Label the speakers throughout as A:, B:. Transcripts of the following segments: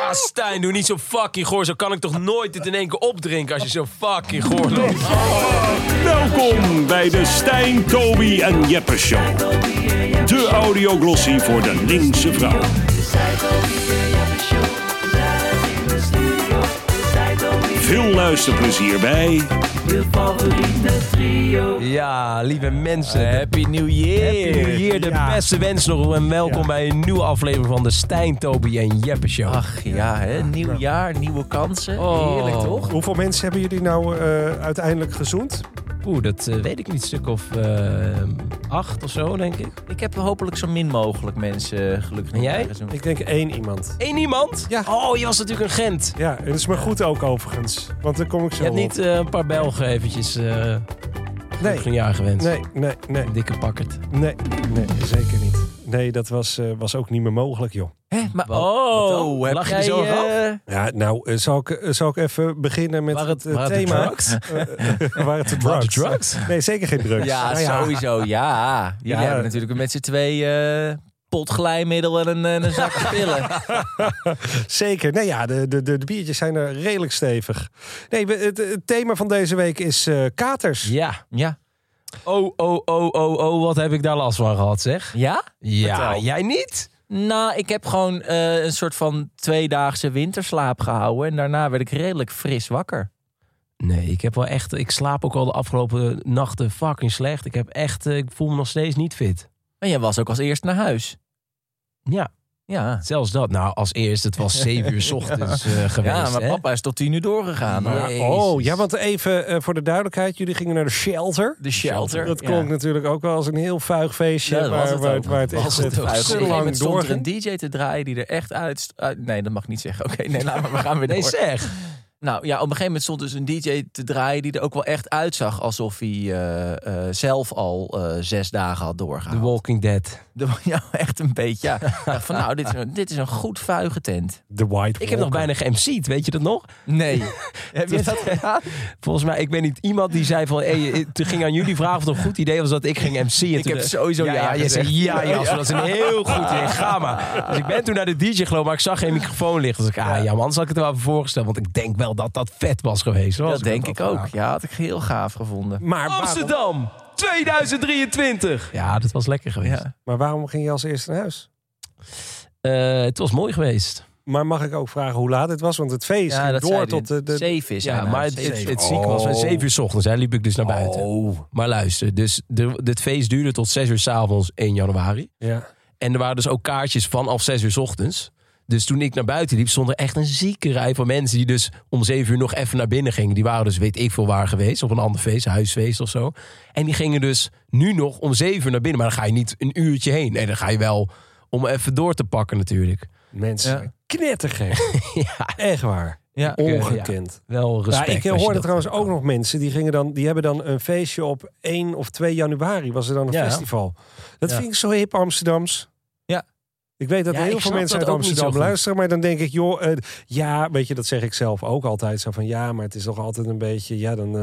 A: Ah, Stijn, doe niet zo fucking goor. Zo kan ik toch nooit dit in één keer opdrinken als je zo fucking goor loopt.
B: Welkom bij de Stijn, Toby en Jeppe Show. De audioglossie voor de linkse vrouw. Veel luisterplezier bij
A: Ja, lieve mensen. de-
C: Happy New Year.
A: Happy New Year, de
C: Ja.
A: beste wens nog en welkom
C: Ja.
A: bij een nieuwe aflevering van de Stijn, Toby en Jeppe Show.
C: Ach ja, hè? nieuw jaar, nieuwe kansen.
A: Oh.
C: Heerlijk toch?
D: Hoeveel mensen hebben jullie nou eh, uiteindelijk gezoend?
A: Oeh, dat eh, weet ik niet, stuk of eh, acht of zo, denk ik.
C: Ik heb hopelijk zo min mogelijk mensen eh, gelukkig
A: En jij?
C: gezoend.
D: Ik denk één iemand.
A: Eén iemand?
D: Ja.
A: Oh, je was natuurlijk een Gent.
D: Ja, en dat is maar goed ook overigens. Want dan kom ik zo
A: Je hebt niet
D: op.
A: eh, een paar Belgen eventjes eh
D: Nee,
A: een jaar gewend.
D: nee, nee, nee,
A: Een dikke pakkerd.
D: nee, nee, zeker niet. Nee, dat was, eh, was ook niet meer mogelijk, joh.
C: Hè? Maar,
A: Wat- wat
C: oh,
A: dan?
C: heb
A: Lach je
C: jij,
A: zo
C: eh,
A: eraf?
D: Ja, nou, eh, zal, ik, eh, zal ik even beginnen met
A: Waren het-
D: eh,
A: waren het de
D: thema.
A: drugs?
D: Eh, waren het de drugs?
A: Waren het de drugs?
D: Nee, zeker geen drugs.
C: Oh, Ja,
D: Nou
C: sowieso, ja. Jullie
D: Ja.
C: hebben natuurlijk met z'n twee eh pot glijmiddel en een, en een zak pillen.
D: Zeker. Nee, ja, de, de, de, de biertjes zijn er redelijk stevig. Nee, we- het, het thema van deze week is eh, katers.
A: Ja.
C: Ja?
A: Oh, oh, oh, oh, oh, wat heb ik daar last van gehad, zeg.
C: Ja?
A: Ja,
C: Vertel.
A: jij niet?
C: Nou, ik heb gewoon eh, een soort van tweedaagse winterslaap gehouden. En daarna werd ik redelijk fris wakker.
A: Nee, ik heb wel echt... Ik slaap ook al de afgelopen nachten fucking slecht. Ik heb echt... eh, Ik voel me nog steeds niet fit.
C: En jij was ook als eerst naar huis.
A: Ja,
C: Ja.
A: zelfs dat. Nou, als eerst, het was zeven uur 's ochtends eh, geweest,
C: Ja, maar
A: hè?
C: papa nou, is tot tien uur doorgegaan. hoor.
A: Maar- Jezus.
D: Oh, ja, want even eh, voor de duidelijkheid. Jullie gingen naar de shelter.
C: De shelter.
D: Dat
C: ja.
D: klonk natuurlijk ook wel als een heel vuig feestje.
C: Ja, dat was
D: waar,
C: het
D: waar,
C: ook.
D: waar het
A: Was
D: echt
A: het ook.
C: Op een gegeven
D: lang
C: moment stond er een
D: doorging.
C: DJ te draaien die er echt uit... uit- nee, dat mag ik niet zeggen. Oké, nee, laat maar, we gaan weer door.
A: Nee, zeg.
C: Nou ja, op een gegeven moment stond dus een DJ te draaien die er ook wel echt uitzag alsof hij eh, eh, zelf al eh, zes dagen had
A: The
C: doorgehaald.
A: Walking Dead.
C: De- ja, echt een beetje. Ja. Ik dacht van nou, dit is, een, dit is een goed vuige tent.
D: De White
A: Ik heb nog bijna geMC'd, weet je dat nog?
C: Nee. Heb je dat gedaan?
A: Volgens mij, ik ben niet iemand die zei van... Hey, eh, toen ging aan jullie vragen of het een goed idee was dat ik ging MC'en.
C: Ik
A: Toen
C: heb
A: de-
C: sowieso ja
A: ja, je
C: gezegd.
A: zei ja, Jasper, dat is een heel goed idee. Ga maar. Dus ik ben toen naar de DJ gelopen, maar ik zag geen microfoon liggen. Dus ik, ah ja, man, anders had ik het er wel voor voorgesteld. Want ik denk wel dat dat vet was geweest. hoor,
C: Dat
A: als
C: denk
A: had
C: ik ook.
A: gedaan.
C: Ja, had ik heel gaaf gevonden.
D: Maar waarom,
A: Amsterdam, 2023. Ja, dat was lekker geweest.
C: Ja.
D: maar waarom ging je als eerste naar huis?
A: Eh, het was mooi geweest.
D: Maar mag ik ook vragen hoe laat het was? Want het feest ging door tot de... de...
C: Safe is.
A: Ja,
C: hij nou,
A: maar het,
C: safe
A: het,
C: is.
A: het ziek was. Wij
D: Oh.
A: zeven uur 's ochtends hè, liep ik dus naar buiten.
C: Oh.
A: Maar luister, dus de, dit feest duurde tot 6 uur 's avonds 1 januari.
D: Ja.
A: En er waren dus ook kaartjes vanaf 6 uur 's ochtends. Dus toen ik naar buiten liep, stond er echt een zieke rij van mensen die dus om 7 uur nog even naar binnen gingen. Die waren dus weet ik veel waar geweest, op een ander feest, huisfeest of zo. En die gingen dus nu nog om 7 uur naar binnen. Maar dan ga je niet een uurtje heen. Nee, dan ga je wel om even door te pakken natuurlijk.
D: Mensen
C: Ja.
D: zijn knettergek.
A: ja,
D: Echt waar.
C: Ja.
D: Ongekend.
A: wel respect.
D: eh, Ja, Nou, ik eh,
A: als
D: hoorde
A: je dat- eh,
D: trouwens ook nog mensen die gingen dan, die hebben dan een feestje op 1 of 2 januari was er dan een
A: Ja.
D: festival. Dat
A: Ja.
D: vind ik zo hip Amsterdams.
C: Ja.
D: Ik weet dat
A: Ja,
D: heel
A: ik
D: veel
A: snap
D: mensen
A: dat
D: uit
A: ook niet zo
D: Amsterdam
A: goed.
D: luisteren, maar dan denk ik, joh, eh, ja, weet je, dat zeg ik zelf ook altijd. Zo van ja, maar het is toch altijd een beetje, ja, dan eh,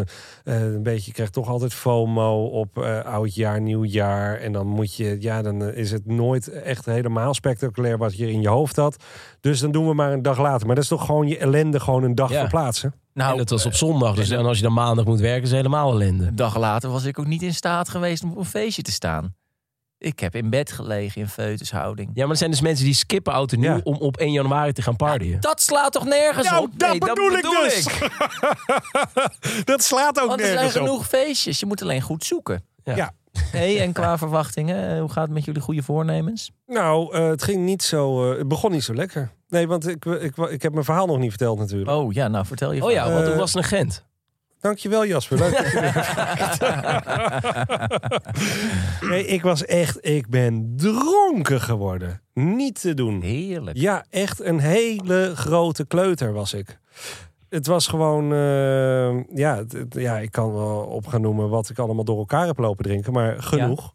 D: eh, een beetje, je krijgt toch altijd FOMO op eh oudjaar, nieuwjaar. En dan moet je, ja, dan eh, is het nooit echt helemaal spectaculair wat je in je hoofd had. Dus dan doen we maar een dag later. Maar dat is toch gewoon je ellende gewoon een dag
A: Ja.
D: verplaatsen.
C: Nou,
A: En dat
D: Eh,
A: was op zondag, dus dan als je dan maandag moet werken, is het helemaal ellende.
C: Een dag later was ik ook niet in staat geweest om op een feestje te staan. Ik heb in bed gelegen in feutushouding.
A: Ja, maar er zijn dus mensen die skippen auto nu
D: Ja.
A: om op 1 januari te gaan partyen.
C: Dat slaat toch nergens
D: Nou,
C: op?
D: dat bedoel ik dus.
C: ik.
D: Dat slaat ook
C: Want er zijn
D: nergens op.
C: genoeg feestjes. Je moet alleen goed zoeken.
A: Ja.
D: Ja.
C: Hey, en qua verwachtingen, eh, hoe gaat het met jullie goede voornemens?
D: Nou, eh, het ging niet zo. eh, het begon niet zo lekker. Nee, want ik, eh, ik, ik heb mijn verhaal nog niet verteld natuurlijk.
C: Oh ja, nou vertel je
A: Oh ja,
C: verhaal.
A: want
D: Eh,
A: toen was het een Gent.
D: Dankjewel Jasper. Leuk dat je weer vraagt. nee, ik was echt. Ik ben dronken geworden. Niet te doen.
C: Heerlijk.
D: Ja, echt een hele grote kleuter was ik. Het was gewoon, eh, ja, het- het- ja, ik kan wel op gaan noemen wat ik allemaal door elkaar heb lopen drinken, maar genoeg.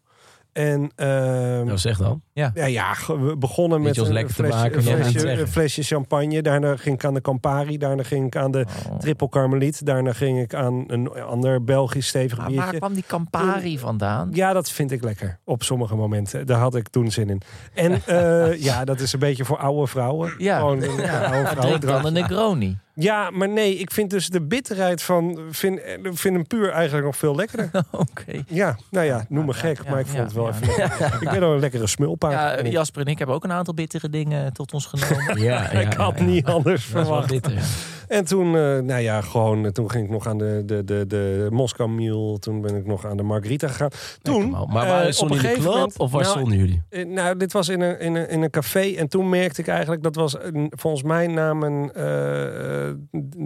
D: En ehm,
A: Nou, zeg dan.
D: ja, ja, ge- we begonnen met
A: Beetje ons
D: een
A: lekker te
D: flesje,
A: maken,
D: een
A: maar
D: flesje,
A: niet zeggen.
D: een flesje champagne. Daarna ging ik aan de Campari. Daarna ging ik aan de
A: Oh.
D: Triple Carmeliet. Daarna ging ik aan een ander Belgisch stevig
C: Maar waar
D: biertje.
C: kwam die Campari vandaan?
D: Ja, dat vind ik lekker op sommige momenten. Daar had ik toen zin in. En eh, ja, dat is een beetje voor oude vrouwen.
C: Ja.
D: Gewoon, eh, ja, oude vrouwen
C: Drink dan een Negroni.
D: Ja, maar nee, ik vind dus de bitterheid van. Vind, eh, vind hem puur eigenlijk nog veel lekkerder.
C: Oké.
D: Ja, nou ja, noem me gek, maar ik vond het wel
C: ja,
D: even. lekker. Ik ben al een lekkere smulpaard.
C: Ja,
D: En ik,
C: Jasper en ik hebben ook een aantal bittere dingen tot ons genomen.
A: Ja,
D: ik had niet anders verwacht.
A: bitter.
D: En toen, eh, nou ja, gewoon, eh, toen ging ik nog aan de, de, de, de Moskou Mule. Toen ben ik nog aan de Margarita gegaan. Toen,
A: Maar
D: eh,
A: waar
D: op een
A: stonden jullie
D: gegeven
A: in de
D: moment-
A: club of waar
D: nou,
A: stonden jullie?
D: eh, nou, dit was in een, in, een, in een café. En toen merkte ik eigenlijk, dat was een- volgens mij na mijn eh, eh,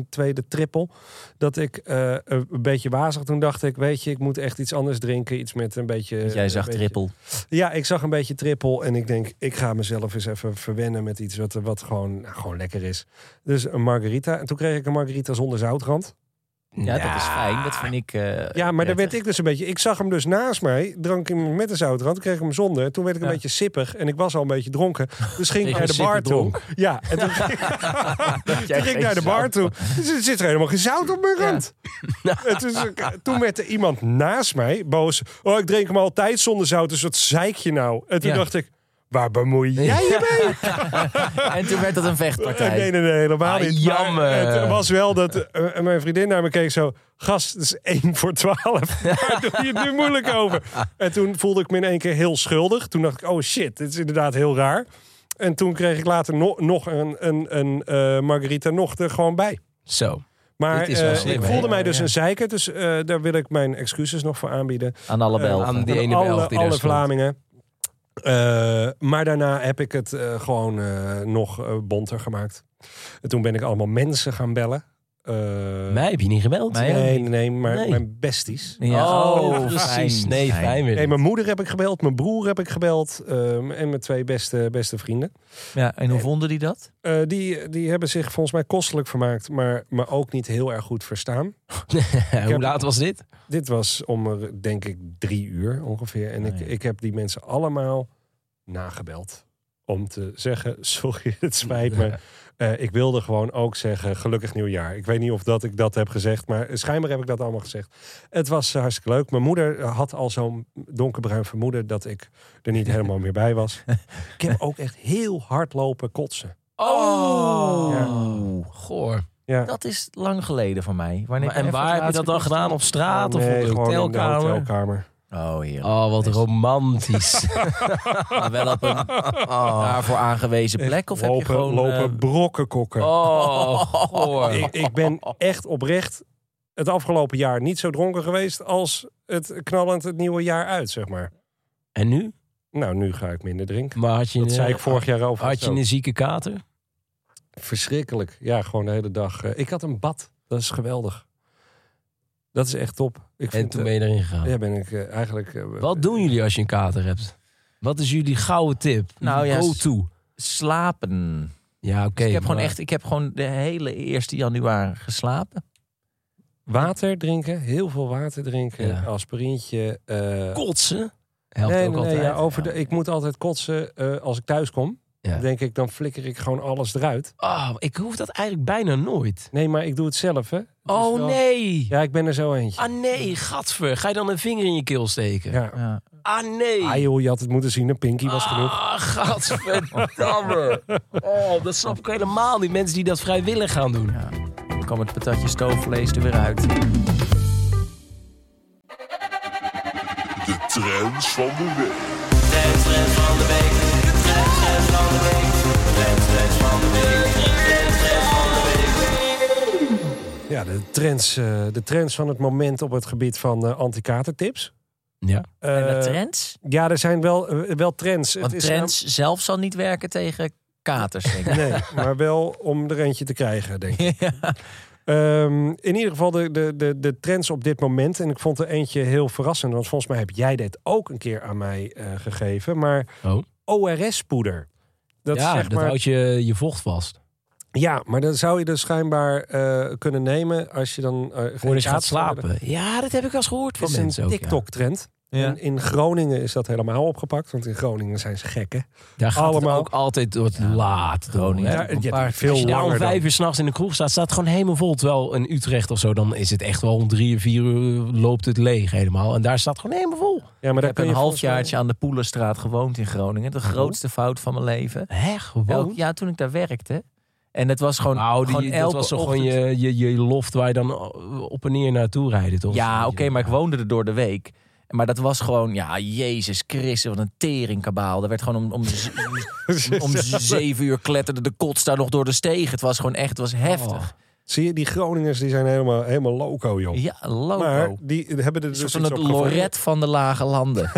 D: tweede trippel, dat ik eh, een beetje wazig. Toen dacht ik, weet je, ik moet echt iets anders drinken. Iets met een beetje... eh,
C: Jij zag
D: een beetje-
C: trippel.
D: Ja, ik zag een beetje trippel. En ik denk, ik ga mezelf eens even verwennen met iets wat, wat gewoon, nou, gewoon lekker is. Dus een margarita. En toen kreeg ik een margarita zonder zoutrand.
C: Ja, dat is fijn. Dat vind ik. eh,
D: Ja, maar daar werd
C: prettig.
D: ik dus een beetje... Ik zag hem dus naast mij, drank hem met een zoutrand, kreeg hem zonder. Toen werd ik een
C: Ja.
D: beetje sippig en ik was al een beetje dronken. Dus ging ik
A: Kreeg
D: naar de
A: een
D: bar toe.
A: sipperdronk.
D: Ja, en toen ging, toen ging ik naar de bar toe. Dus er zit er helemaal geen zout op mijn rand. En toen, toen werd er iemand naast mij boos. Oh, ik drink hem altijd zonder zout, dus wat zeik je nou? En toen
C: Ja.
D: dacht ik, waar bemoei jij je mee?
C: En toen werd dat een
D: Eh, Nee,
C: vechtpartij.
D: nee, nee, helemaal
C: Ah,
D: niet. Maar
C: jammer.
D: het was wel dat eh, eh, mijn vriendin naar me keek zo... Gast, het is 1 voor 12. Daar doe je het nu moeilijk over. En toen voelde ik me in één keer heel schuldig. Toen dacht ik, oh shit, dit is inderdaad heel raar. En toen kreeg ik later no- nog een, een, een eh, margarita nog er gewoon bij.
A: Zo.
D: Maar
A: Dit is wel
D: eh,
A: slim,
D: ik
A: hè?
D: voelde mij
A: Ja,
D: dus
A: ja.
D: een zeiker. Dus eh, daar wil ik mijn excuses nog voor aanbieden.
C: Aan alle
D: Eh,
C: Belgen.
A: aan die
D: Aan
A: ene
D: alle,
A: Belg die daar
D: alle
A: stond.
D: Vlamingen. Eh, maar daarna heb ik het eh, gewoon eh, nog eh, bonter gemaakt. En toen ben ik allemaal mensen gaan bellen. Eh,
A: Mij heb je niet gemeld.
C: Mij?
D: nee, nee, nee, maar
A: Nee.
D: mijn besties.
C: Ja.
A: Oh,
C: fijn.
A: precies. Nee, fijn weer.
D: Nee, mijn moeder heb ik gebeld, mijn broer heb ik gebeld ehm, en mijn twee beste, beste vrienden.
C: Ja, en hoe vonden die dat?
D: Eh, die, die hebben zich volgens mij kostelijk vermaakt, maar, maar ook niet heel erg goed verstaan.
A: Hoe laat was dit?
D: Dit was om er, denk ik, drie uur ongeveer. En
C: Ah,
D: ik,
C: ja.
D: ik heb die mensen allemaal nagebeld. Om te zeggen, sorry, het spijt me. Eh, ik wilde gewoon ook zeggen, gelukkig nieuwjaar. Ik weet niet of dat ik dat heb gezegd, maar schijnbaar heb ik dat allemaal gezegd. Het was eh, hartstikke leuk. Mijn moeder had al zo'n donkerbruin vermoeden dat ik er niet helemaal meer bij was. Ik heb ook echt heel hard lopen kotsen.
A: Oh.
C: Ja.
A: Goor.
D: Ja.
C: Dat is lang geleden van mij. Wanneer
A: Maar
C: ik
A: en
C: even
A: waar heb je dat dan
C: laatst-
A: gedaan? Op straat of op
D: Nee,
A: de
D: gewoon in de
A: hotelkamer?
D: hotelkamer.
C: Oh, heerlijk.
A: Oh, wat romantisch.
C: Maar wel op een daarvoor aangewezen plek? Of heb
D: Oh. lopen,
C: je gewoon...
A: eh,
D: lopen brokken kokken.
A: Oh, goor.
D: ik, ik ben echt oprecht het afgelopen jaar niet zo dronken geweest als het knallend het nieuwe jaar uit, zeg maar.
A: En nu?
D: Nou, nu ga ik minder drinken.
A: Maar had je
D: Dat
A: een, eh,
D: zei ik vorig jaar over.
A: had je een zieke kater?
D: Verschrikkelijk. Ja, gewoon de hele dag. eh, Ik had een bad. Dat is geweldig. Dat is echt top. Ik
A: En
D: vind,
A: toen
D: eh,
A: ben je erin gegaan.
D: ja, ben ik eh, eigenlijk... eh,
A: Wat doen jullie als je een kater hebt? Wat is jullie gouden tip?
C: Nou ja,
A: Go
C: s-
A: to.
C: Slapen. Dus
A: Ja, oké.
C: ik, heb gewoon
A: maar-
C: echt, ik heb gewoon de hele 1 januari geslapen.
D: Water drinken. Heel veel water drinken.
A: Ja.
D: Aspirintje. eh,
A: Kotsen? Helpt
D: nee,
A: ook
D: nee,
A: altijd.
D: nee, ja, over de, ik moet altijd kotsen eh, als ik thuis kom.
A: Ja.
D: Denk ik, dan flikker ik gewoon alles eruit.
A: Oh, ik hoef dat eigenlijk bijna nooit.
D: Nee, maar ik doe het zelf, hè. Het is
A: Oh
D: wel-
A: nee.
D: Ja, ik ben er zo eentje.
A: Ah nee, gadver. Ga je dan een vinger in je keel steken?
D: Ja.
C: Ja.
A: Ah nee.
D: Ah joh, je had het moeten zien. Een pinky was genoeg.
A: Ah, gadverdamme. Oh, dat snap ik helemaal niet. Mensen die dat vrijwillig gaan doen.
C: Ja. Dan kwam het patatje stoofvlees er weer uit.
E: De trends van de week.
D: Ja, de trends, eh, de trends van het moment op het gebied van eh anti-katertips.
A: Ja.
C: En
D: Eh,
C: de trends?
D: ja, er zijn wel, eh, wel trends.
C: Want
D: Het is
C: trends
A: nou-
C: zelf zal niet werken tegen katers, denk ik.
D: nou- nee, maar wel om er eentje te krijgen, denk ik.
C: Ja.
D: Ehm, in ieder geval de, de, de, de trends op dit moment. En ik vond er eentje heel verrassend. Want volgens mij heb jij dit ook een keer aan mij eh, gegeven. Maar
A: Oh.
D: ORS-poeder. Dat is
A: ja,
D: zeg
A: dat
D: maar
A: houdt je, je vocht vast.
D: Ja, maar dat zou je dus schijnbaar eh, kunnen nemen als je dan... eh, geen
A: Voordat je gaat
D: kater hebt.
A: slapen. Ja, dat heb ik wel eens gehoord
D: Het
A: van
D: is een
A: mensen ook. ja.
D: TikTok-trend.
C: Ja.
D: En in Groningen is dat helemaal opgepakt, want in Groningen zijn ze gekken.
A: Daar gaat
D: Allemaal.
A: het ook altijd wat laat, Groningen.
D: Ja,
C: een
D: ja,
C: paar-
D: veel
A: Als je daar om
D: langer dan.
A: vijf uur s'nachts in de kroeg staat, staat het gewoon helemaal vol. Terwijl in Utrecht of zo, dan is het echt wel om drie, vier uur loopt het leeg helemaal. En daar staat het gewoon helemaal vol.
D: Ja, maar
C: Ik
D: daar
C: heb
D: kun
C: een
D: je
C: halfjaartje aan de Poelenstraat gewoond in Groningen. De grootste fout van mijn leven.
A: Hè,
C: Elk,
A: gewoon.
C: ja, toen ik daar werkte. En het was gewoon,
A: Nou, die,
C: gewoon
A: dat
C: elke
A: was toch gewoon
C: ochtend-
A: je, je, je loft waar je dan op en neer naartoe rijden, toch?
C: Ja, oké, maar ik woonde er door de week. Maar dat was gewoon, ja, Jezus Christus, wat een teringkabaal. Er werd gewoon om, om, z- om zeven uur kletterde de kots daar nog door de steeg. Het was gewoon echt, het was heftig.
D: Zie je, die Groningers die zijn helemaal, helemaal loco, joh.
C: Ja, loco.
D: Oh. Maar die hebben er dus
C: een soort
D: iets
C: van het
D: op gevonden.
C: Loret van de lage landen.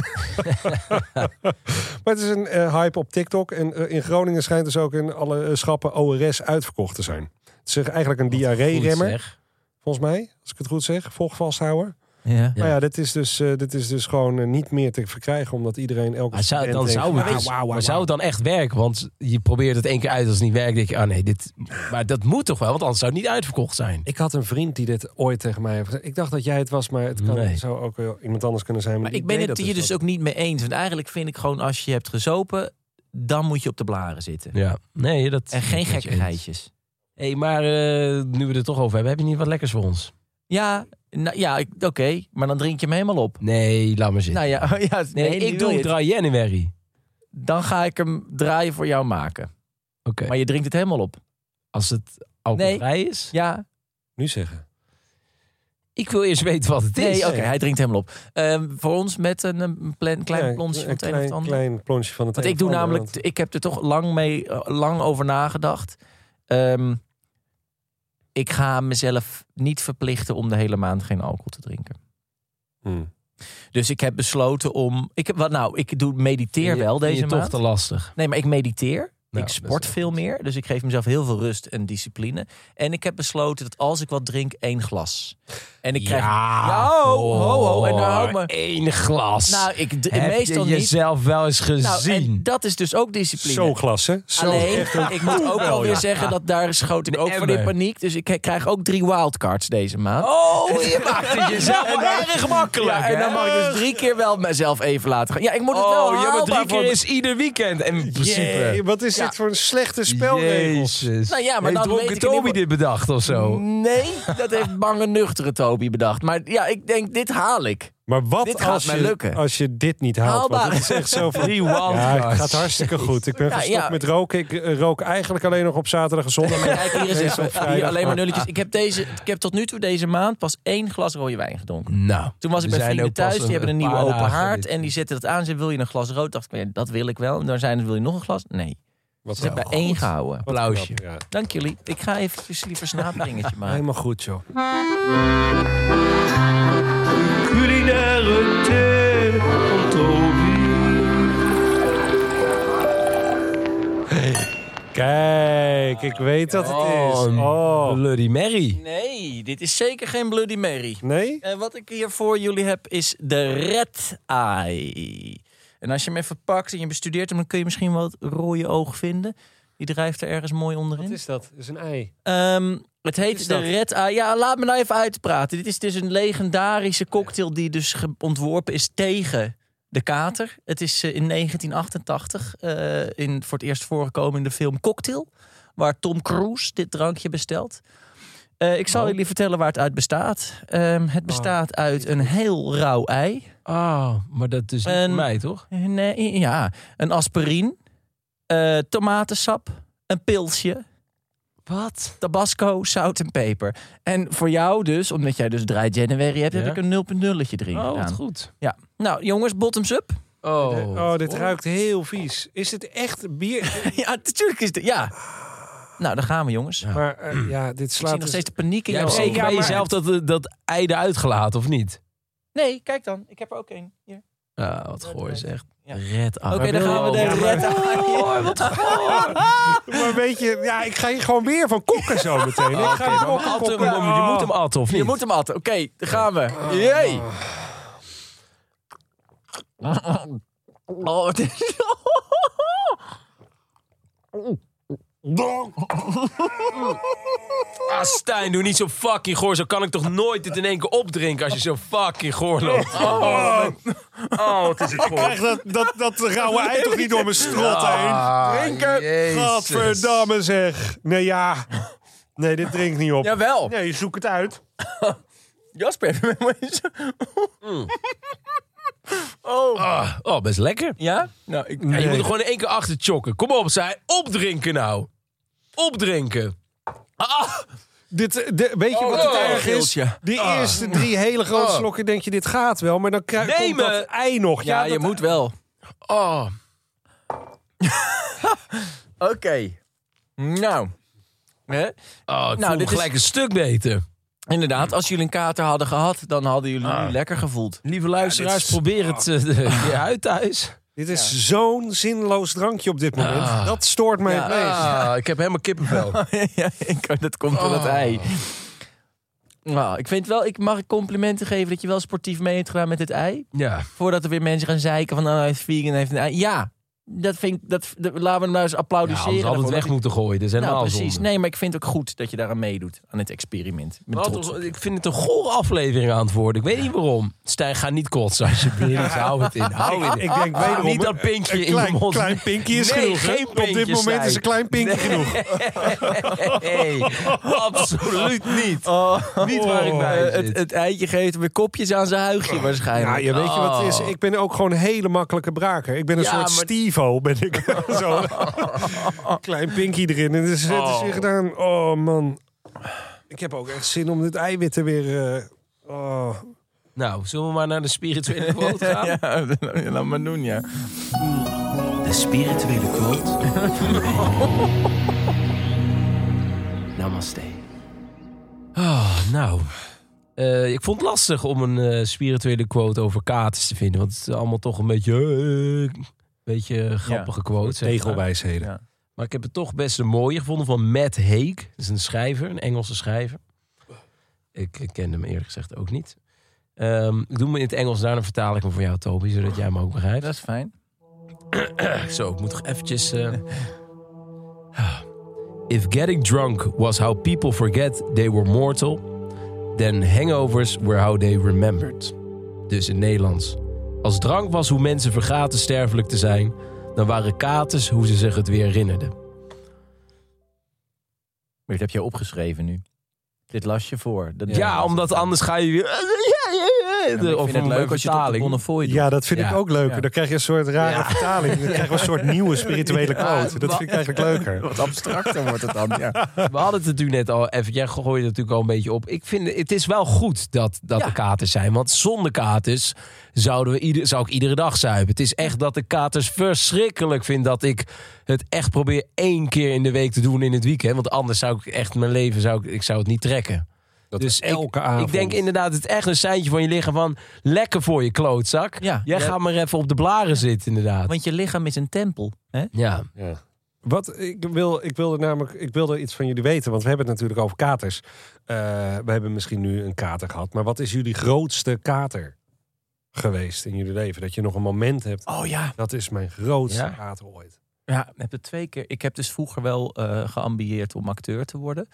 D: Maar het is een eh, hype op TikTok. En eh, in Groningen schijnt dus ook in alle eh, schappen ORS uitverkocht te zijn. Het is eigenlijk een
A: remmen.
D: diarree-remmer, volgens mij. Als ik het goed zeg. Vocht vasthouwer.
C: ja.
D: Maar ja, dit is dus, eh, dit is dus gewoon eh, niet meer te verkrijgen. Omdat iedereen elke
A: Maar zou,
D: student
A: dan
D: denkt,
A: zou het,
D: wauw,
A: dus-
D: wauw, wauw,
A: maar zou
D: wauw.
A: het dan echt werken? Want je probeert het één keer uit, als het niet werkt, denk je, ah nee, dit, maar dat moet toch wel, want anders zou het niet uitverkocht zijn.
D: Ik had een vriend die dit ooit tegen mij heeft gezegd. Ik dacht dat jij het was, maar het kan,
A: Nee.
D: zou ook wel iemand anders kunnen zijn. Maar,
C: Maar
D: die
C: ik ben
D: deed
C: het
D: dat
C: hier dus ook niet mee eens. Want eigenlijk vind ik gewoon, als je hebt gezopen, dan moet je op de blaren zitten.
A: Ja, nee, dat.
C: En geen
A: dat je-
C: gekkigheidjes.
A: Hé, hey, maar eh, nu we het er toch over hebben, heb je niet wat lekkers voor ons?
C: Ja, nou, ja ik- oké, maar dan drink je hem helemaal op.
A: Nee, laat maar zitten.
C: Nou ja, ja
A: nee,
C: nu
A: ik
C: wil
A: doe
C: je
A: een
C: het.
A: dry January.
C: Dan ga ik hem draaien voor jou maken.
A: Oké.
C: Maar je drinkt het helemaal op.
A: Als het alcoholvrij is.
C: Ja,
D: Nu zeggen.
A: Ik wil eerst weten wat het
C: nee,
A: is.
C: oké, hij drinkt helemaal op. Ehm, voor ons met een, een plan- klein
D: Ja,
C: plonsje van
D: een
C: het een of
D: klein,
C: het ander.
D: klein plonsje van het
C: Want
D: een
C: ik
D: of
C: doe
D: ander,
C: namelijk, ik heb er toch lang mee, eh, lang over nagedacht. Ehm, ik ga mezelf niet verplichten om de hele maand geen alcohol te drinken.
D: want- Hmm.
C: Dus ik heb besloten om, ik heb, wat nou, ik doe
A: Vind
C: mediteer
A: je-
C: wel
A: vind je
C: deze
A: toch
C: maand.
A: te lastig.
C: Nee, maar ik mediteer.
A: Nou,
C: ik
A: dat is
C: sport
A: wel
C: veel
A: goed.
C: meer. Dus ik geef mezelf heel veel rust en discipline. En ik heb besloten dat als ik wat drink, één glas. En ik krijg. Ja, ho, ho, ho, en nou hou me.
A: Eén glas.
C: Nou, ik d-
A: heb
C: meestal
A: je
C: niet.
A: jezelf wel eens
C: Nou, en
A: gezien?
C: dat is dus ook discipline.
D: Zo klasse. Zo
C: Alleen,
D: echt een
C: ik moet ook
D: koebel,
C: alweer
D: ja.
C: zeggen dat daar schoot ik
A: De
C: ook van in
A: emmer.
C: paniek. Dus ik krijg ook drie wildcards deze maand.
A: oh, je maakt het jezelf
C: En dan-
A: erg makkelijk.
C: ja, en dan mag ik dus drie keer wel mezelf even laten gaan. Ja, ik moet het wel
A: Oh, ja, maar
C: haalbaar
A: drie keer
C: voor-
A: is ieder weekend. En in
D: Jee,
A: principe.
D: wat is
C: Ja.
D: dit voor een slechte spelregels?
A: Jezus.
C: Nou ja, maar
A: Heeft
C: dan
A: dronken
C: weet ik in
A: Toby
C: ieder Mm.
A: dit
C: geval-
A: bedacht of zo?
C: Nee, dat heeft bange nuchtere Toby bedacht. Maar ja, ik denk, dit haal ik.
D: Maar wat
C: Dit gaat
D: als,
C: mij
D: je,
C: lukken.
D: als je dit niet haalt? Want
C: Haalbaar.
D: het is echt zo van...
A: Drie wildcards.
D: Ja, het gaat hartstikke goed. Ik ben
C: Ja,
D: gestopt
C: ja.
D: met roken. Ik eh, rook eigenlijk alleen nog op zaterdag en zondag.
C: Maar kijk, hier is
D: Deze op
C: even,
D: vrijdag,
C: hier alleen maar
D: maar-
C: nulletjes. Ik heb, deze, ik heb tot nu toe deze maand pas één glas rode wijn gedronken.
A: Nou,
C: Toen was ik
A: we
C: bij
A: zijn
C: vrienden
A: ook pas
C: thuis, die hebben een nieuwe
A: paar
C: open
A: dagen
C: haard.
A: dit-
C: En die zetten dat aan. Ze zeiden, wil je een glas rood? Dacht ik, ja, dat wil ik wel. En dan zijn ze, wil je nog een glas? Nee.
D: Wat
C: Ze hebben
A: Oh,
D: wel
C: bij één
D: goed.
C: gehouden.
D: Wat
A: Applausje.
D: knap, ja.
C: Dank jullie. Ik ga even liever snaperingetje maken.
D: Helemaal goed, joh.
B: Culinaire tip van
D: Kijk, ik weet dat het is. Oh.
A: Bloody Mary.
C: Nee, dit is zeker geen Bloody Mary.
D: Nee?
C: Eh, wat ik hier voor jullie heb is de Red Eye. En als je hem even pakt en je bestudeert hem, dan kun je misschien wel het rode oog vinden. Die drijft er ergens mooi onderin.
D: dat? is een ei.
C: Ehm, het heet de
D: dat?
C: Red Eye. Ja, laat me nou even uitpraten. Dit is dus een legendarische cocktail die dus ge- ontworpen is tegen de kater. Het is eh, in 1988 eh, in, voor het eerst voorgekomen in de film Cocktail. Waar Tom Cruise dit drankje bestelt. Eh, ik zal jullie vertellen waar het uit bestaat. Ehm, het bestaat uit een heel rauw ei.
A: Ah, maar dat is niet
C: En-
A: voor mij, toch?
C: Eh, Nee, ja, een aspirine. eh, tomatensap. Een pilsje.
A: Wat?
C: Tabasco, zout en peper. En voor jou dus, omdat jij dus 3 January hebt,
A: Ja.
C: heb ik een 0.0'tje erin
A: Oh, wat
C: gedaan.
A: goed.
C: Ja. Nou, jongens, bottoms up.
A: Oh,
D: Oh, dit ruikt heel vies. Is het echt bier?
C: ja, natuurlijk is het. Ja. Nou, daar gaan we, jongens. Ik
D: Maar eh, ja, dit slaat
C: zie nog
D: dus-
C: steeds de paniek in
A: Jij
C: jouw
A: hebt
C: ogen.
A: zeker bij
D: maar-
A: jezelf dat, dat ei eruit gelaten, of niet?
C: Nee, kijk dan. Ik heb er ook één. Hier.
A: Ah, wat goor is echt.
C: Ja.
A: Red Oh,
C: Oké, dan gaan we de
D: Ja, maar-
C: red eye. Wat
D: Maar weet je, ja, ik ga hier gewoon weer van kokken zo meteen. Ik ga hier kokken,
A: Atten,
D: kokken.
A: Je moet hem atten, of niet?
C: Je moet hem atten. Oké, daar gaan we. Jee. Oh, wat is...
D: Oh.
A: Ah, Stijn, doe niet zo fucking goor. Zo kan ik toch nooit dit in één keer opdrinken als je zo fucking goor loopt. Oh, oh het is een goor.
F: Krijg dat, dat, dat rauwe ei toch niet door mijn strot heen?
A: Drinken. Jezus.
D: Gadverdamme zeg. Nee, ja. Nee, dit drinkt niet op.
A: Jawel.
D: Nee, je zoekt het uit.
C: Jasper, heeft hem helemaal zo- Oh.
A: Mm. Ah, oh, best lekker.
C: Ja? Nou, ik...
A: Ja, je moet er gewoon in één keer achter chokken. Kom op, zei. Opdrinken nou. Opdrinken.
D: Dit, eh, de- weet je wat het
A: oh, Ah.
D: erg is?
C: geeltje.
D: Die eerste drie hele grote slokken denk je, dit gaat wel. Maar dan krijg,
A: Nee,
D: komt
A: maar-
D: dat ei nog.
C: Ja, je
D: dat-
C: moet wel.
A: Oh.
C: Oké. Nou. Hè?
A: Oh, ik
C: Nou,
A: voel me
C: dit is-
A: gelijk een stuk beter.
C: Inderdaad, als jullie een kater hadden gehad, dan hadden jullie nu lekker gevoeld.
A: Ah. Lieve luisteraars, probeer het eh, de- je uit thuis.
D: Dit is zo'n zinloos drankje op dit moment.
A: Ah.
D: Dat stoort mij het meest.
A: Ah, ik heb helemaal kippenvel.
C: ja, ik- dat komt door
A: Oh.
C: dat ei. Nou, ik vind wel, ik mag complimenten geven dat je wel sportief mee hebt gedaan met dit ei.
A: Ja.
C: Voordat er weer mensen gaan zeiken van, nou, hij is vegan, hij heeft een ei. Ja, dat vind ik, dat, dat- laten we hem nou eens
A: Ja,
C: applaudisseren.
A: hadden we het
C: daarvoor.
A: weg moeten gooien. Dat is
C: Nou,
A: helemaal
C: precies.
A: zonde.
C: Nee, maar ik vind het ook goed dat je daaraan meedoet, aan het experiment. Ik ben
A: Wat
C: trots
A: een-
C: op je.
A: ik vind het een gore aflevering aan het worden. Ik weet niet waarom. Stijn, ga niet kotsen alsjeblieft. Dus Hou het in. Hou het in.
D: Ik
C: Ah,
D: denk wederom...
A: Ah. niet dat pinkje
D: een
A: in je
D: klein,
A: mond.
D: klein pinkje is
A: Nee,
D: genoeg. hè?
A: geen
D: op dit
A: pinkje,
D: moment is
A: Stijn.
D: een klein pinkje genoeg.
A: Nee, absoluut niet.
C: Oh.
A: Niet waar
D: Oh.
A: ik bij
C: Eh, het,
A: zit.
C: het eitje geeft weer kopjes aan zijn huigje
D: Ja,
C: waarschijnlijk.
D: je weet je wat het is?
A: Oh.
D: Ik ben ook gewoon een hele makkelijke braker. Ik ben een
A: Ja,
D: soort
A: maar-
D: Stevo, ben ik. Zo. Klein pinkie erin. En het is, het is weer gedaan. Oh man. Ik heb ook echt zin om dit eiwit er weer... eh, oh.
A: Nou, zullen we maar naar de spirituele quote gaan?
C: Ja, laat maar doen, ja.
G: De spirituele quote van de week. Namaste.
A: Ah, nou, Eh, ik vond het lastig om een eh, spirituele quote over katers te vinden. Want het is allemaal toch een beetje... eh, beetje grappige quotes. zeg maar.
D: Tegelwijsheden.
C: Ja.
A: Maar ik heb het toch best een mooie gevonden van Matt Haig. Dat is een schrijver, een Engelse schrijver. Ik eh, ken hem eerlijk gezegd ook niet. Ehm, ik doe me in het Engels, daarna vertaal ik hem voor jou, Toby, zodat jij hem ook begrijpt.
C: Dat is fijn.
A: Zo, ik moet toch eventjes... eh, Ah. If getting drunk was how people forget they were mortal... then hangovers were how they remembered. Dus in Nederlands. Als drank was hoe mensen vergaten sterfelijk te zijn... dan waren katers hoe ze zich het weer herinnerden.
C: Maar dit heb jij opgeschreven nu. Dit las je voor. Dat
A: Ja, omdat anders ga je weer...
C: Ja, maar ik
A: Of
C: vind het
A: een
C: leuk als je het op de
A: vertaling.
C: Bonnefoy doet.
D: Ja, dat vind
A: Ja.
D: ik ook leuker.
C: Ja.
D: Dan krijg je een soort rare vertaling. Dan krijg je een soort nieuwe spirituele quote. Dat vind ik eigenlijk leuker.
C: Wat abstracter wordt het dan. Ja.
A: We hadden het natuurlijk net al even. Jij gooide het natuurlijk al een beetje op. Ik vind het is wel goed dat, dat
C: Ja.
A: er katers zijn. Want zonder katers zouden we ieder, zou ik iedere dag zuipen. Het is echt dat de katers verschrikkelijk vind dat ik het echt probeer één keer in de week te doen in het weekend. Want anders zou ik echt mijn leven zou ik, ik zou het niet trekken. dus ik-
D: elke
A: ik,
D: avond.
A: denk inderdaad, het is echt een seintje van je lichaam van lekker voor je klootzak.
C: Ja.
A: Jij
C: Ja.
A: gaat maar even op de blaren zitten, inderdaad.
C: Want je lichaam is een tempel. Hè?
A: Ja.
D: Wat ik wil, ik wilde namelijk, ik wilde iets van jullie weten, want we hebben het natuurlijk over katers. Eh, we hebben misschien nu een kater gehad, maar wat is jullie grootste kater geweest in jullie leven? Dat je nog een moment hebt.
C: Oh ja.
D: Dat is mijn grootste
A: Ja.
D: kater ooit.
C: ja ik, heb het twee keer, ik heb dus vroeger wel eh, geambieerd om acteur te worden.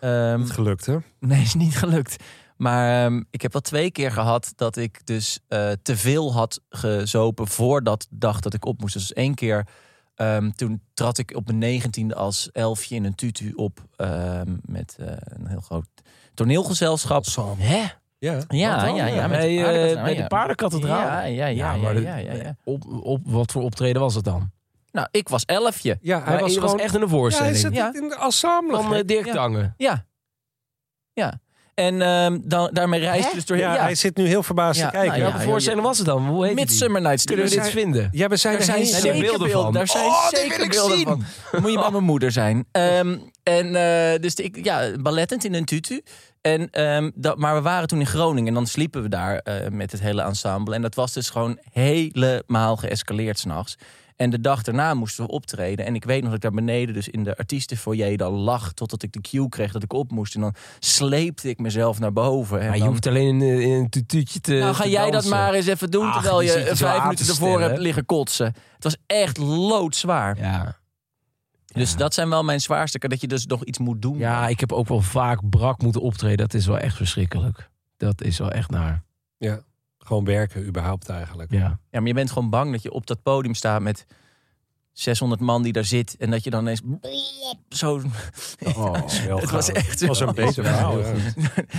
C: Ehm,
D: Het gelukt, hè?
C: nee, is niet gelukt. Maar ehm, ik heb wel twee keer gehad dat ik dus eh, te veel had gezopen voordat de dag dat ik op moest. Dus één keer, ehm, toen trad ik op mijn negentiende als elfje in een tutu op ehm, met eh, een heel groot toneelgezelschap.
A: Hè?
D: Ja.
C: Ja,
A: Wat dan?
C: ja, nou ja.
A: Bij, eh,
C: paardenkathedraal,
A: bij de paardenkathedraal.
C: Ja, ja, ja. ja,
A: maar
C: ja,
A: de-
C: ja, ja, ja.
A: Op, op wat voor optreden was het dan?
C: Nou, ik was elfje.
D: Ja, hij
A: Hij
D: was
A: was,
D: gewoon.
A: echt in een
D: ja, hij
A: voorstelling.
D: zit
C: Ja.
D: in de ensemble.
A: van eh, Dirk
C: Ja. Nou
A: Tangen.
C: Ja. Ja. En ehm, dan, daarmee reisde dus doorheen.
D: ja,
C: Ja,
D: hij zit nu heel verbaasd
C: Ja,
D: te kijken.
C: nou ja.
A: Welke voorstelling was het dan? Hoe heet die?
C: Midsummer Night's
A: Kunnen we
C: Dream.
A: dit vinden?
D: Ja, we zijn
C: Daar
D: er
C: zijn
D: helemaal-
A: zijn er
C: zeker
A: beelden
C: beelden,
A: van.
C: Daar zijn
A: Oh, die
C: zeker
A: wil ik
C: beelden
A: zien. Oh.
C: van. Dan Moet je bij mijn moeder zijn. Ehm, en eh, dus ik, ja, ballettend in een tutu. En, ehm, dat, maar we waren toen in Groningen en dan sliepen we daar eh, met het hele ensemble. En dat was dus gewoon helemaal geëscaleerd s'nachts. En de dag daarna moesten we optreden. En ik weet nog dat ik daar beneden, dus in de artiestenfoyer, dan lag totdat ik de cue kreeg dat ik op moest. En dan sleepte ik mezelf naar boven. En
A: Maar je
C: dan-
A: hoeft alleen in, in een tutuutje te
C: nou, ga
A: te
C: jij dat
A: dansen.
C: maar eens even doen
A: Ach,
C: terwijl
A: die
C: je
A: zit je zo
C: vijf
A: aan te
C: minuten
A: stellen,
C: ervoor
A: hè?
C: hebt liggen kotsen. Het was echt loodzwaar.
A: Ja.
C: Dus dat zijn wel mijn zwaarste. Dat je dus nog iets moet doen.
A: Ja, ik heb ook wel vaak brak moeten optreden. Dat is wel echt verschrikkelijk. Dat is wel echt naar.
D: Gewoon werken überhaupt eigenlijk.
A: Ja.
C: Ja, maar je bent gewoon bang dat je op dat podium staat met 600 man die daar zit. En dat je dan ineens zo...
A: Oh.
C: het was echt
D: was een beetje verhaal. ja.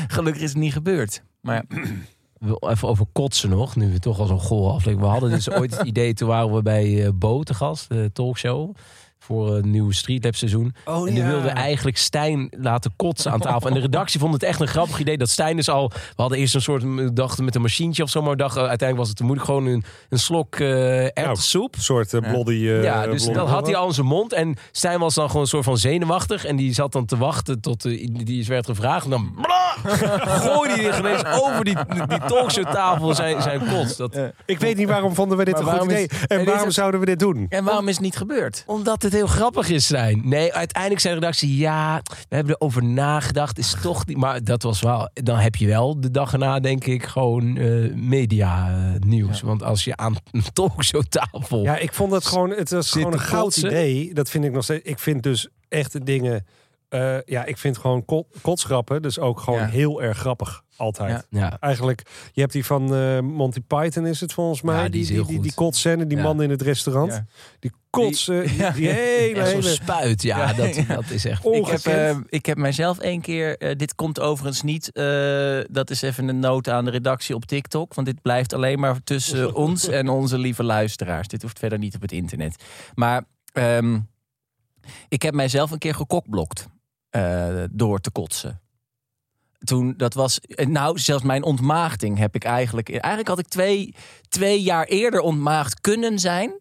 C: Gelukkig is het niet gebeurd. Maar
A: Wel Even over kotsen nog, nu we toch al zo'n goal aflevering. We hadden dus ooit het idee, toen waren we bij eh Bo te gast, de talkshow. Voor een nieuw streetlab seizoen. en die wilde eigenlijk Stijn laten kotsen aan tafel. En de redactie vond het echt een grappig idee dat Stijn dus al... We hadden eerst een soort, we dachten met een machientje of zo, maar we dachten, eh, uiteindelijk was het te moeilijk. Gewoon een, een slok eh erwtensoep.
D: Een soort eh, bloddy... eh,
A: Ja, dus
D: bloddy-
A: dat had hij al in zijn mond. En Stijn was dan gewoon een soort van zenuwachtig. En die zat dan te wachten tot eh, die eens werd gevraagd. En dan bla, gooide hij er ineens over die, die talkshowtafel zijn, zijn kots. Dat,
D: Ik weet niet waarom vonden we dit
A: Maar
D: een goed
A: waarom is-
D: idee.
A: en
D: en
A: is
D: waarom
A: het-
D: zouden we dit doen?
C: en waarom is het niet gebeurd?
A: Omdat het heel grappig is zijn. Nee, uiteindelijk zei de redactie... Ja, we hebben erover nagedacht. Is toch niet... Maar dat was wel... Dan heb je wel de dag erna, denk ik, gewoon eh, media eh, nieuws. Want als je aan een talkshowtafel...
D: Ja, ik vond het gewoon, het was gewoon een
A: te
D: goud
A: kotsen?
D: idee. Dat vind ik nog steeds. Ik vind dus echte dingen. eh, ja, ik vind gewoon kot, kotsgrappen. Dus ook gewoon
C: Ja.
D: heel erg grappig. Altijd.
C: Ja.
A: Ja.
D: Eigenlijk, je hebt die van eh, Monty Python, is het volgens mij.
A: Ja, die is
D: die,
A: heel
D: die, die,
A: goed.
D: kotscène, die
A: Ja.
D: man in het restaurant.
C: Ja.
D: Die kotsen. Die, die hele,
A: Echt zo'n
D: hele-
A: spuit. Ja,
C: Ja,
A: dat,
C: ja.
A: dat is echt...
C: Ik heb,
D: Ongekend.
C: eh, ik heb mijzelf één keer. eh, dit komt overigens niet. eh, dat is even een noot aan de redactie op TikTok. Want dit blijft alleen maar tussen ons en onze lieve luisteraars. Dit hoeft verder niet op het internet. Maar ehm, ik heb mijzelf een keer gekokblokt. eh, door te kotsen. Toen, dat was. eh, Nou, zelfs mijn ontmaagding heb ik eigenlijk. Eigenlijk had ik twee, twee jaar eerder ontmaagd kunnen zijn.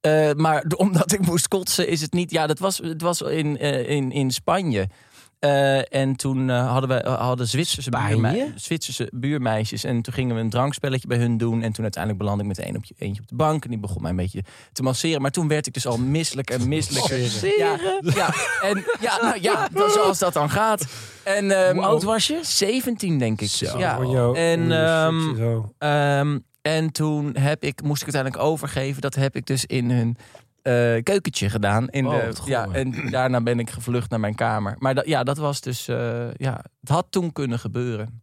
C: Eh, maar d- omdat ik moest kotsen is het niet... Ja, dat was, het was in, eh, in, in Spanje. Eh, en toen eh, hadden we hadden Zwitserse,
A: Spanje?
C: buurme- Zwitserse buurmeisjes. En toen gingen we een drankspelletje bij hun doen. En toen uiteindelijk belandde ik met een op je, eentje op de bank. En die begon mij een beetje te masseren. Maar toen werd ik dus al misselijk en misselijker. Ja, ja, en, ja, nou ja, dan zoals dat dan gaat. En, ehm,
A: Hoe oud was je?
C: 17 denk ik.
A: Zo.
C: Ja.
D: Oh, joh.
C: En,
D: Oeh,
C: ehm,
D: shit, joh.
C: Ehm, en toen heb ik, moest ik het uiteindelijk overgeven. Dat heb ik dus in hun eh, keukentje gedaan. In
A: Oh,
C: de,
A: wat
C: ja,
A: goor.
C: en daarna ben ik gevlucht naar mijn kamer. Maar dat, ja, dat was dus... eh, ja, het had toen kunnen gebeuren.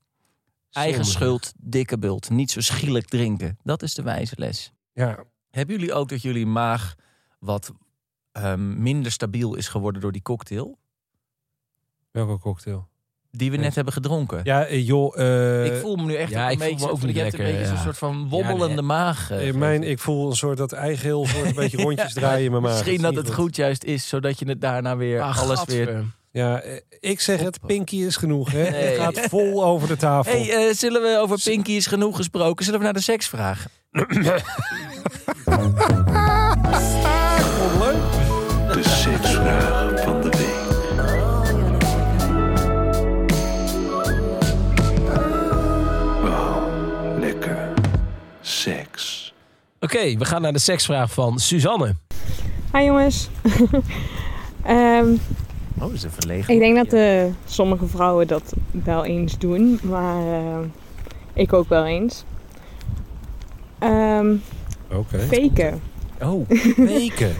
C: Eigen
A: Zonde.
C: schuld, dikke bult. Niet zo schielijk drinken. Dat is de wijze les.
D: ja.
C: Hebben jullie ook dat jullie maag wat ehm, minder stabiel is geworden door die cocktail?
D: Welke cocktail?
C: Die we net hebben gedronken.
D: Ja, eh, joh. eh,
C: ik voel me nu echt
A: ja,
C: een
A: ik voel
C: beetje...
A: me ook
C: zo-
A: niet
C: je hebt een
A: lekker,
C: beetje zo'n
A: ja.
C: soort van wobbelende
A: Ja, nee.
C: maag. eh,
D: eh, mijn, ik voel een soort dat eigeel, soort een beetje rondjes
C: Ja.
D: draaien in mijn maag.
C: Misschien
D: Is
C: dat
D: niet
C: het goed juist is, zodat je het daarna weer
A: Ah,
C: alles weer.
A: gadver.
D: Ja, eh, ik zeg het, Pinky is genoeg. Hè?
C: Nee.
D: Het gaat Ah, vol over de tafel.
C: hey, eh, zullen we over Pinky is genoeg gesproken? Zullen we naar de seksvraag?
E: De seksvraag van de week. Wauw, lekker. Seks.
A: Oké, we gaan naar de seksvraag van Suzanne.
H: Hi jongens. Ehm,
C: Oh, is een verlegen.
H: ik denk dat eh, sommige vrouwen dat wel eens doen, maar eh, ik ook wel eens. Ehm
D: Oké.
H: faken.
D: Oh, weken.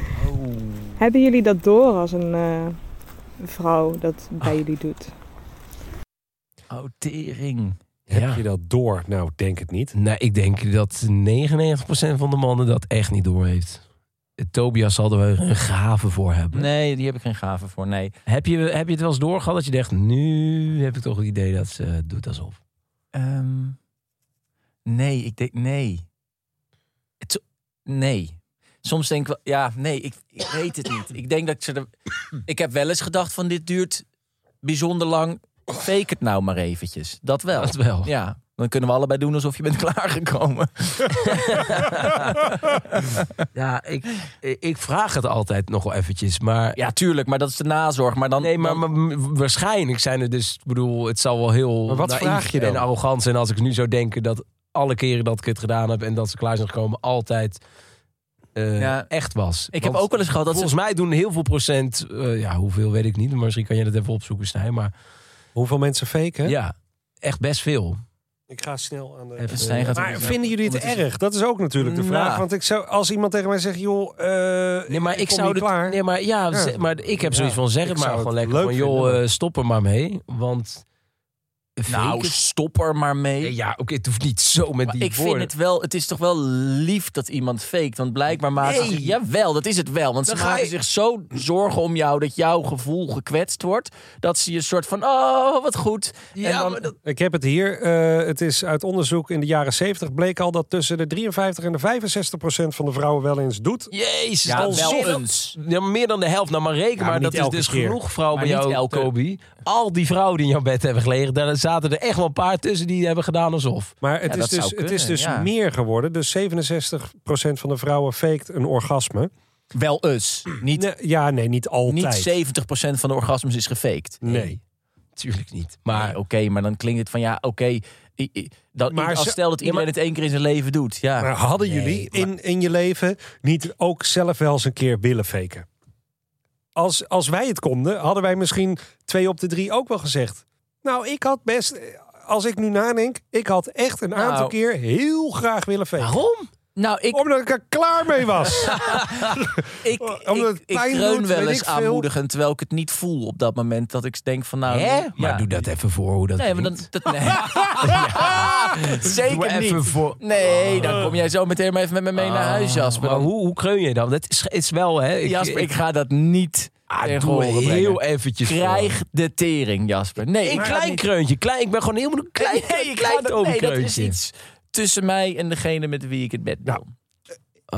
H: Hebben jullie dat door als een eh, vrouw dat bij jullie doet?
C: Oh, tering.
A: Ja.
D: Heb je dat door? Nou, denk het niet.
A: Nou, ik denk dat 99% van de mannen dat echt niet doorheeft. Tobias zal er wel een gave voor hebben.
C: Nee, die heb ik geen gave voor. Nee.
A: Heb, je, heb je het wel eens doorgehad dat je dacht... nu heb ik toch het idee dat ze het doet alsof.
C: Ehm, nee, ik denk nee. Het- nee. Soms denk ik wel, ja, nee, ik, ik weet het niet. Ik denk dat ik ze er. Ik heb wel eens gedacht van dit duurt bijzonder lang. Fake het nou maar eventjes. Dat wel.
A: Dat wel.
C: Ja, dan kunnen we allebei doen alsof je bent klaargekomen.
A: Ja, ik, ik vraag het altijd nog wel eventjes. Maar,
C: Ja, tuurlijk, maar dat is de nazorg. Maar dan,
A: nee, maar,
C: dan-
A: maar m- waarschijnlijk zijn er dus... Ik bedoel, het zal wel heel
D: Maar wat
A: naïef
D: vraag je dan?
A: en arrogant zijn... als ik nu zou denken dat alle keren dat ik het gedaan heb... en dat ze klaar zijn gekomen, altijd eh,
C: Ja.
A: echt was.
C: ik heb
A: Want-
C: ook wel eens gehad dat ze...
A: Volgens mij doen heel veel procent, eh, ja, hoeveel weet ik niet, maar misschien kan je dat even opzoeken, Stijn. Maar
D: Hoeveel mensen faken?
A: ja, echt best veel.
D: Ik ga snel aan de... Eh,
A: Even
C: Stijn gaat
D: Maar
C: ook-
D: vinden jullie het
C: Want is-
D: erg? Dat is ook natuurlijk de vraag.
C: Nou.
D: Want ik zou, als iemand tegen mij zegt, joh, eh,
A: Nee, maar ik,
D: kom
A: zou
D: niet
A: het.
D: klaar.
A: Nee, maar ja,
D: Ja.
A: ze- maar ik heb zoiets
D: Ja,
A: van zeg
D: ik
A: het maar
D: zou
A: gewoon
D: het
A: lekker. Van
D: leuk
A: joh,
D: vinden.
A: eh, stop er maar mee, want.
C: Nou,
A: faken-
C: stop er maar mee.
A: ja, oké, het hoeft niet zo met
C: Maar
A: die
C: ik vind
A: woorden.
C: het wel, het is toch wel lief dat iemand faked. Want blijkbaar maken ze
A: Nee.
C: zich- Jawel, dat is het wel. Want ze
A: Dan ga
C: maken
A: je-
C: zich zo zorgen om jou dat jouw gevoel gekwetst wordt. Dat ze je soort van, oh, wat goed.
A: Ja, maar dat-
D: Ik heb het hier. Eh, het is uit onderzoek in de jaren 70 bleek al dat tussen de 53 en de 65 procent van de vrouwen wel eens doet.
A: Jezus,
C: Ja,
A: dat is
C: wel
A: meer dan-
C: eens.
A: Ja, meer dan de helft. Nou, maar reken
D: Ja,
A: maar,
D: maar
A: dat
D: niet
A: is
D: elke
A: dus
D: keer.
A: genoeg vrouwen bij
C: Maar
A: jou,
C: niet elke.
A: Kobe. Al die vrouwen die in jouw bed hebben gelegen, daar zaten er echt wel een paar tussen die hebben gedaan alsof.
D: Maar het,
C: Ja,
D: is,
C: dat zou
D: dus, het is
C: kunnen,
D: dus
C: ja.
D: meer geworden. Dus 67 procent van de vrouwen faked een orgasme.
C: Wel eens. Niet,
D: Nee, ja, nee, niet altijd.
C: niet 70% van de orgasmes is gefaked.
D: nee.
A: Tuurlijk niet.
C: Maar
A: Maar
C: oké, maar dan klinkt het van ja, oké. i- i- dat
D: Maar
C: i- als
D: ze-
C: stel dat iedereen het één keer in zijn leven doet. Ja.
D: Maar hadden jullie in, in je leven niet ook zelf wel eens een keer willen faken? Als, als wij het konden, hadden wij misschien twee op de drie ook wel gezegd. Nou, ik had best, als ik nu nadenk, ik had echt een aantal
C: Nou.
D: keer heel graag willen faken.
A: waarom?
C: nou, ik,
D: Omdat ik er klaar mee was.
C: ik,
D: Oh, omdat
C: ik,
D: het
C: ik
D: pijn
C: kreun
D: doet,
C: wel
D: weet
C: eens
D: ik veel.
C: aanmoedigen, terwijl ik het niet voel op dat moment. Dat ik denk van nou...
A: Hè?
C: ja.
A: Maar doe dat even voor hoe dat
C: Nee, maar dan,
A: klinkt.
C: dat, nee.
A: Doe
C: Zeker
A: even
C: niet.
A: voor... Oh.
C: Nee, dan kom jij zo meteen maar even met me mee naar huis, Jasper.
A: Ah. Maar
C: Dan-
A: hoe, hoe kreun je dan? Dat is, is wel, hè? Ik,
C: Jasper, ik ga dat niet
A: Ah,
C: tegen
A: doe
C: horen brengen.
A: heel eventjes.
C: Krijg de tering, Jasper. Nee,
A: Een
C: ik
A: klein kreuntje. Klein, ik ben gewoon helemaal een klein,
C: Nee, ik
A: klein
C: ga dat, nee, dat is
A: tovenkreutje.
C: iets tussen mij en degene met wie ik het bed doe.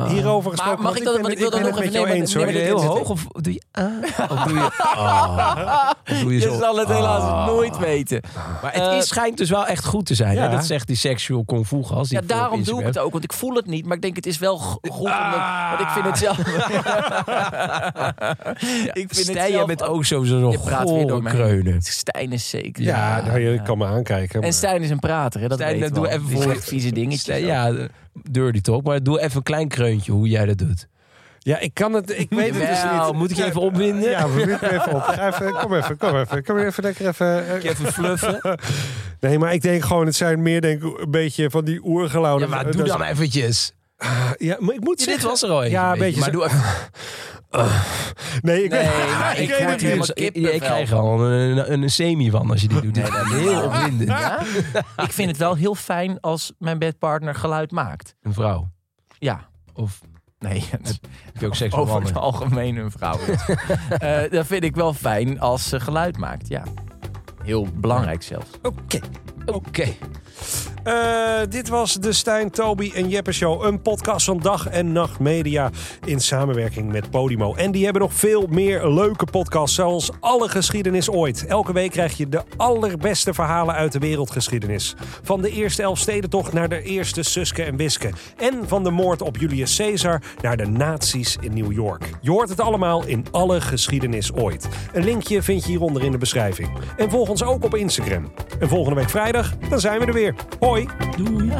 D: Hierover gesproken.
C: Ah. mag ik dat-
D: ben-
C: want ik wil
D: ben
C: dat
D: het
C: nog
D: met
C: even
D: jou
C: nemen,
D: eens,
C: want-
D: hoor.
A: Doe je heel hoog of doe je... Ah, of doe je... Ah, of doe je
C: Je
A: zo...
C: Dus zal het
A: Ah.
C: helaas nooit weten.
A: Maar het is, schijnt dus wel echt goed te zijn.
D: Eh,
A: Hè?
D: Ja.
A: Dat zegt die sexual kung fu gast. die ik voor
C: Ja,
A: op
C: daarom doe ik
A: Instagram
C: het ook, want ik voel het niet. Maar ik denk, het is wel go- goed, omdat,
A: Ah.
C: want ik vind het zelf... ik
A: heb.
C: vind het
A: Stijn, jij
C: zelf-
A: bent ook zo zo'n
C: Je praat weer door
A: gore
C: me heen.
A: kreunen.
C: Stijn is zeker.
D: Ja, nou, je kan me aankijken. maar-
C: En Stijn is een prater, hè? Dat
A: Stijn,
C: weten we
A: doe
C: al.
A: even
C: Die
A: voor-
C: zegt vieze dingetjes.
A: Stijn, ja, eh, dirty talk. Maar doe even een klein kreuntje hoe jij dat doet.
D: Ja, ik kan het. Ik weet het dus
A: Jawel,
D: niet.
A: moet ik je even opwinden?
D: Ja, we moeten even op. Ga even, kom even, kom even. Kom even lekker even. eh,
A: Even fluffen.
D: Nee, maar ik denk gewoon, het zijn meer denk ik een beetje van die oergeluiden.
A: Ja, maar
D: Eh,
A: doe
D: dat-
A: dan eventjes.
D: Ja, maar ik moet
A: Ja, dit
D: zeggen-
A: was er al eentje,
D: Ja, een
A: weet je.
D: beetje.
A: Maar
D: zo-
A: doe even...
D: Nee, ik,
C: Nee,
D: weet-
C: maar
D: ik
C: ik
D: weet
C: word
D: het
C: helemaal
D: niet.
A: Dus ik,
C: kippenvel.
A: ik krijg al een, een, een semi van als je dit doet. Dit is heel opwindend.
C: Ja? ik vind het wel heel fijn als mijn bedpartner geluid maakt.
A: Een vrouw.
C: Ja.
A: Of
C: Nee, het-
A: heb je ook seks met
C: over het
A: mannen?
C: algemeen een vrouw. is. Eh, dat vind ik wel fijn als ze geluid maakt, ja. Heel belangrijk zelfs.
D: Oké.
A: Oké.
D: Eh, dit was de Stijn, Toby en Jeppe Show. Een podcast van Dag en Nacht Media in samenwerking met Podimo. En die hebben nog veel meer leuke podcasts, zoals alle geschiedenis ooit. Elke week krijg je de allerbeste verhalen uit de wereldgeschiedenis. Van de eerste Elfstedentocht naar de eerste Suske en Wiske. En van de moord op Julius Caesar naar de nazi's in New York. Je hoort het allemaal in alle geschiedenis ooit. Een linkje vind je hieronder in de beschrijving. En volg ons ook op Instagram. En volgende week vrijdag, dan zijn we er weer. Hoi!
A: Doei.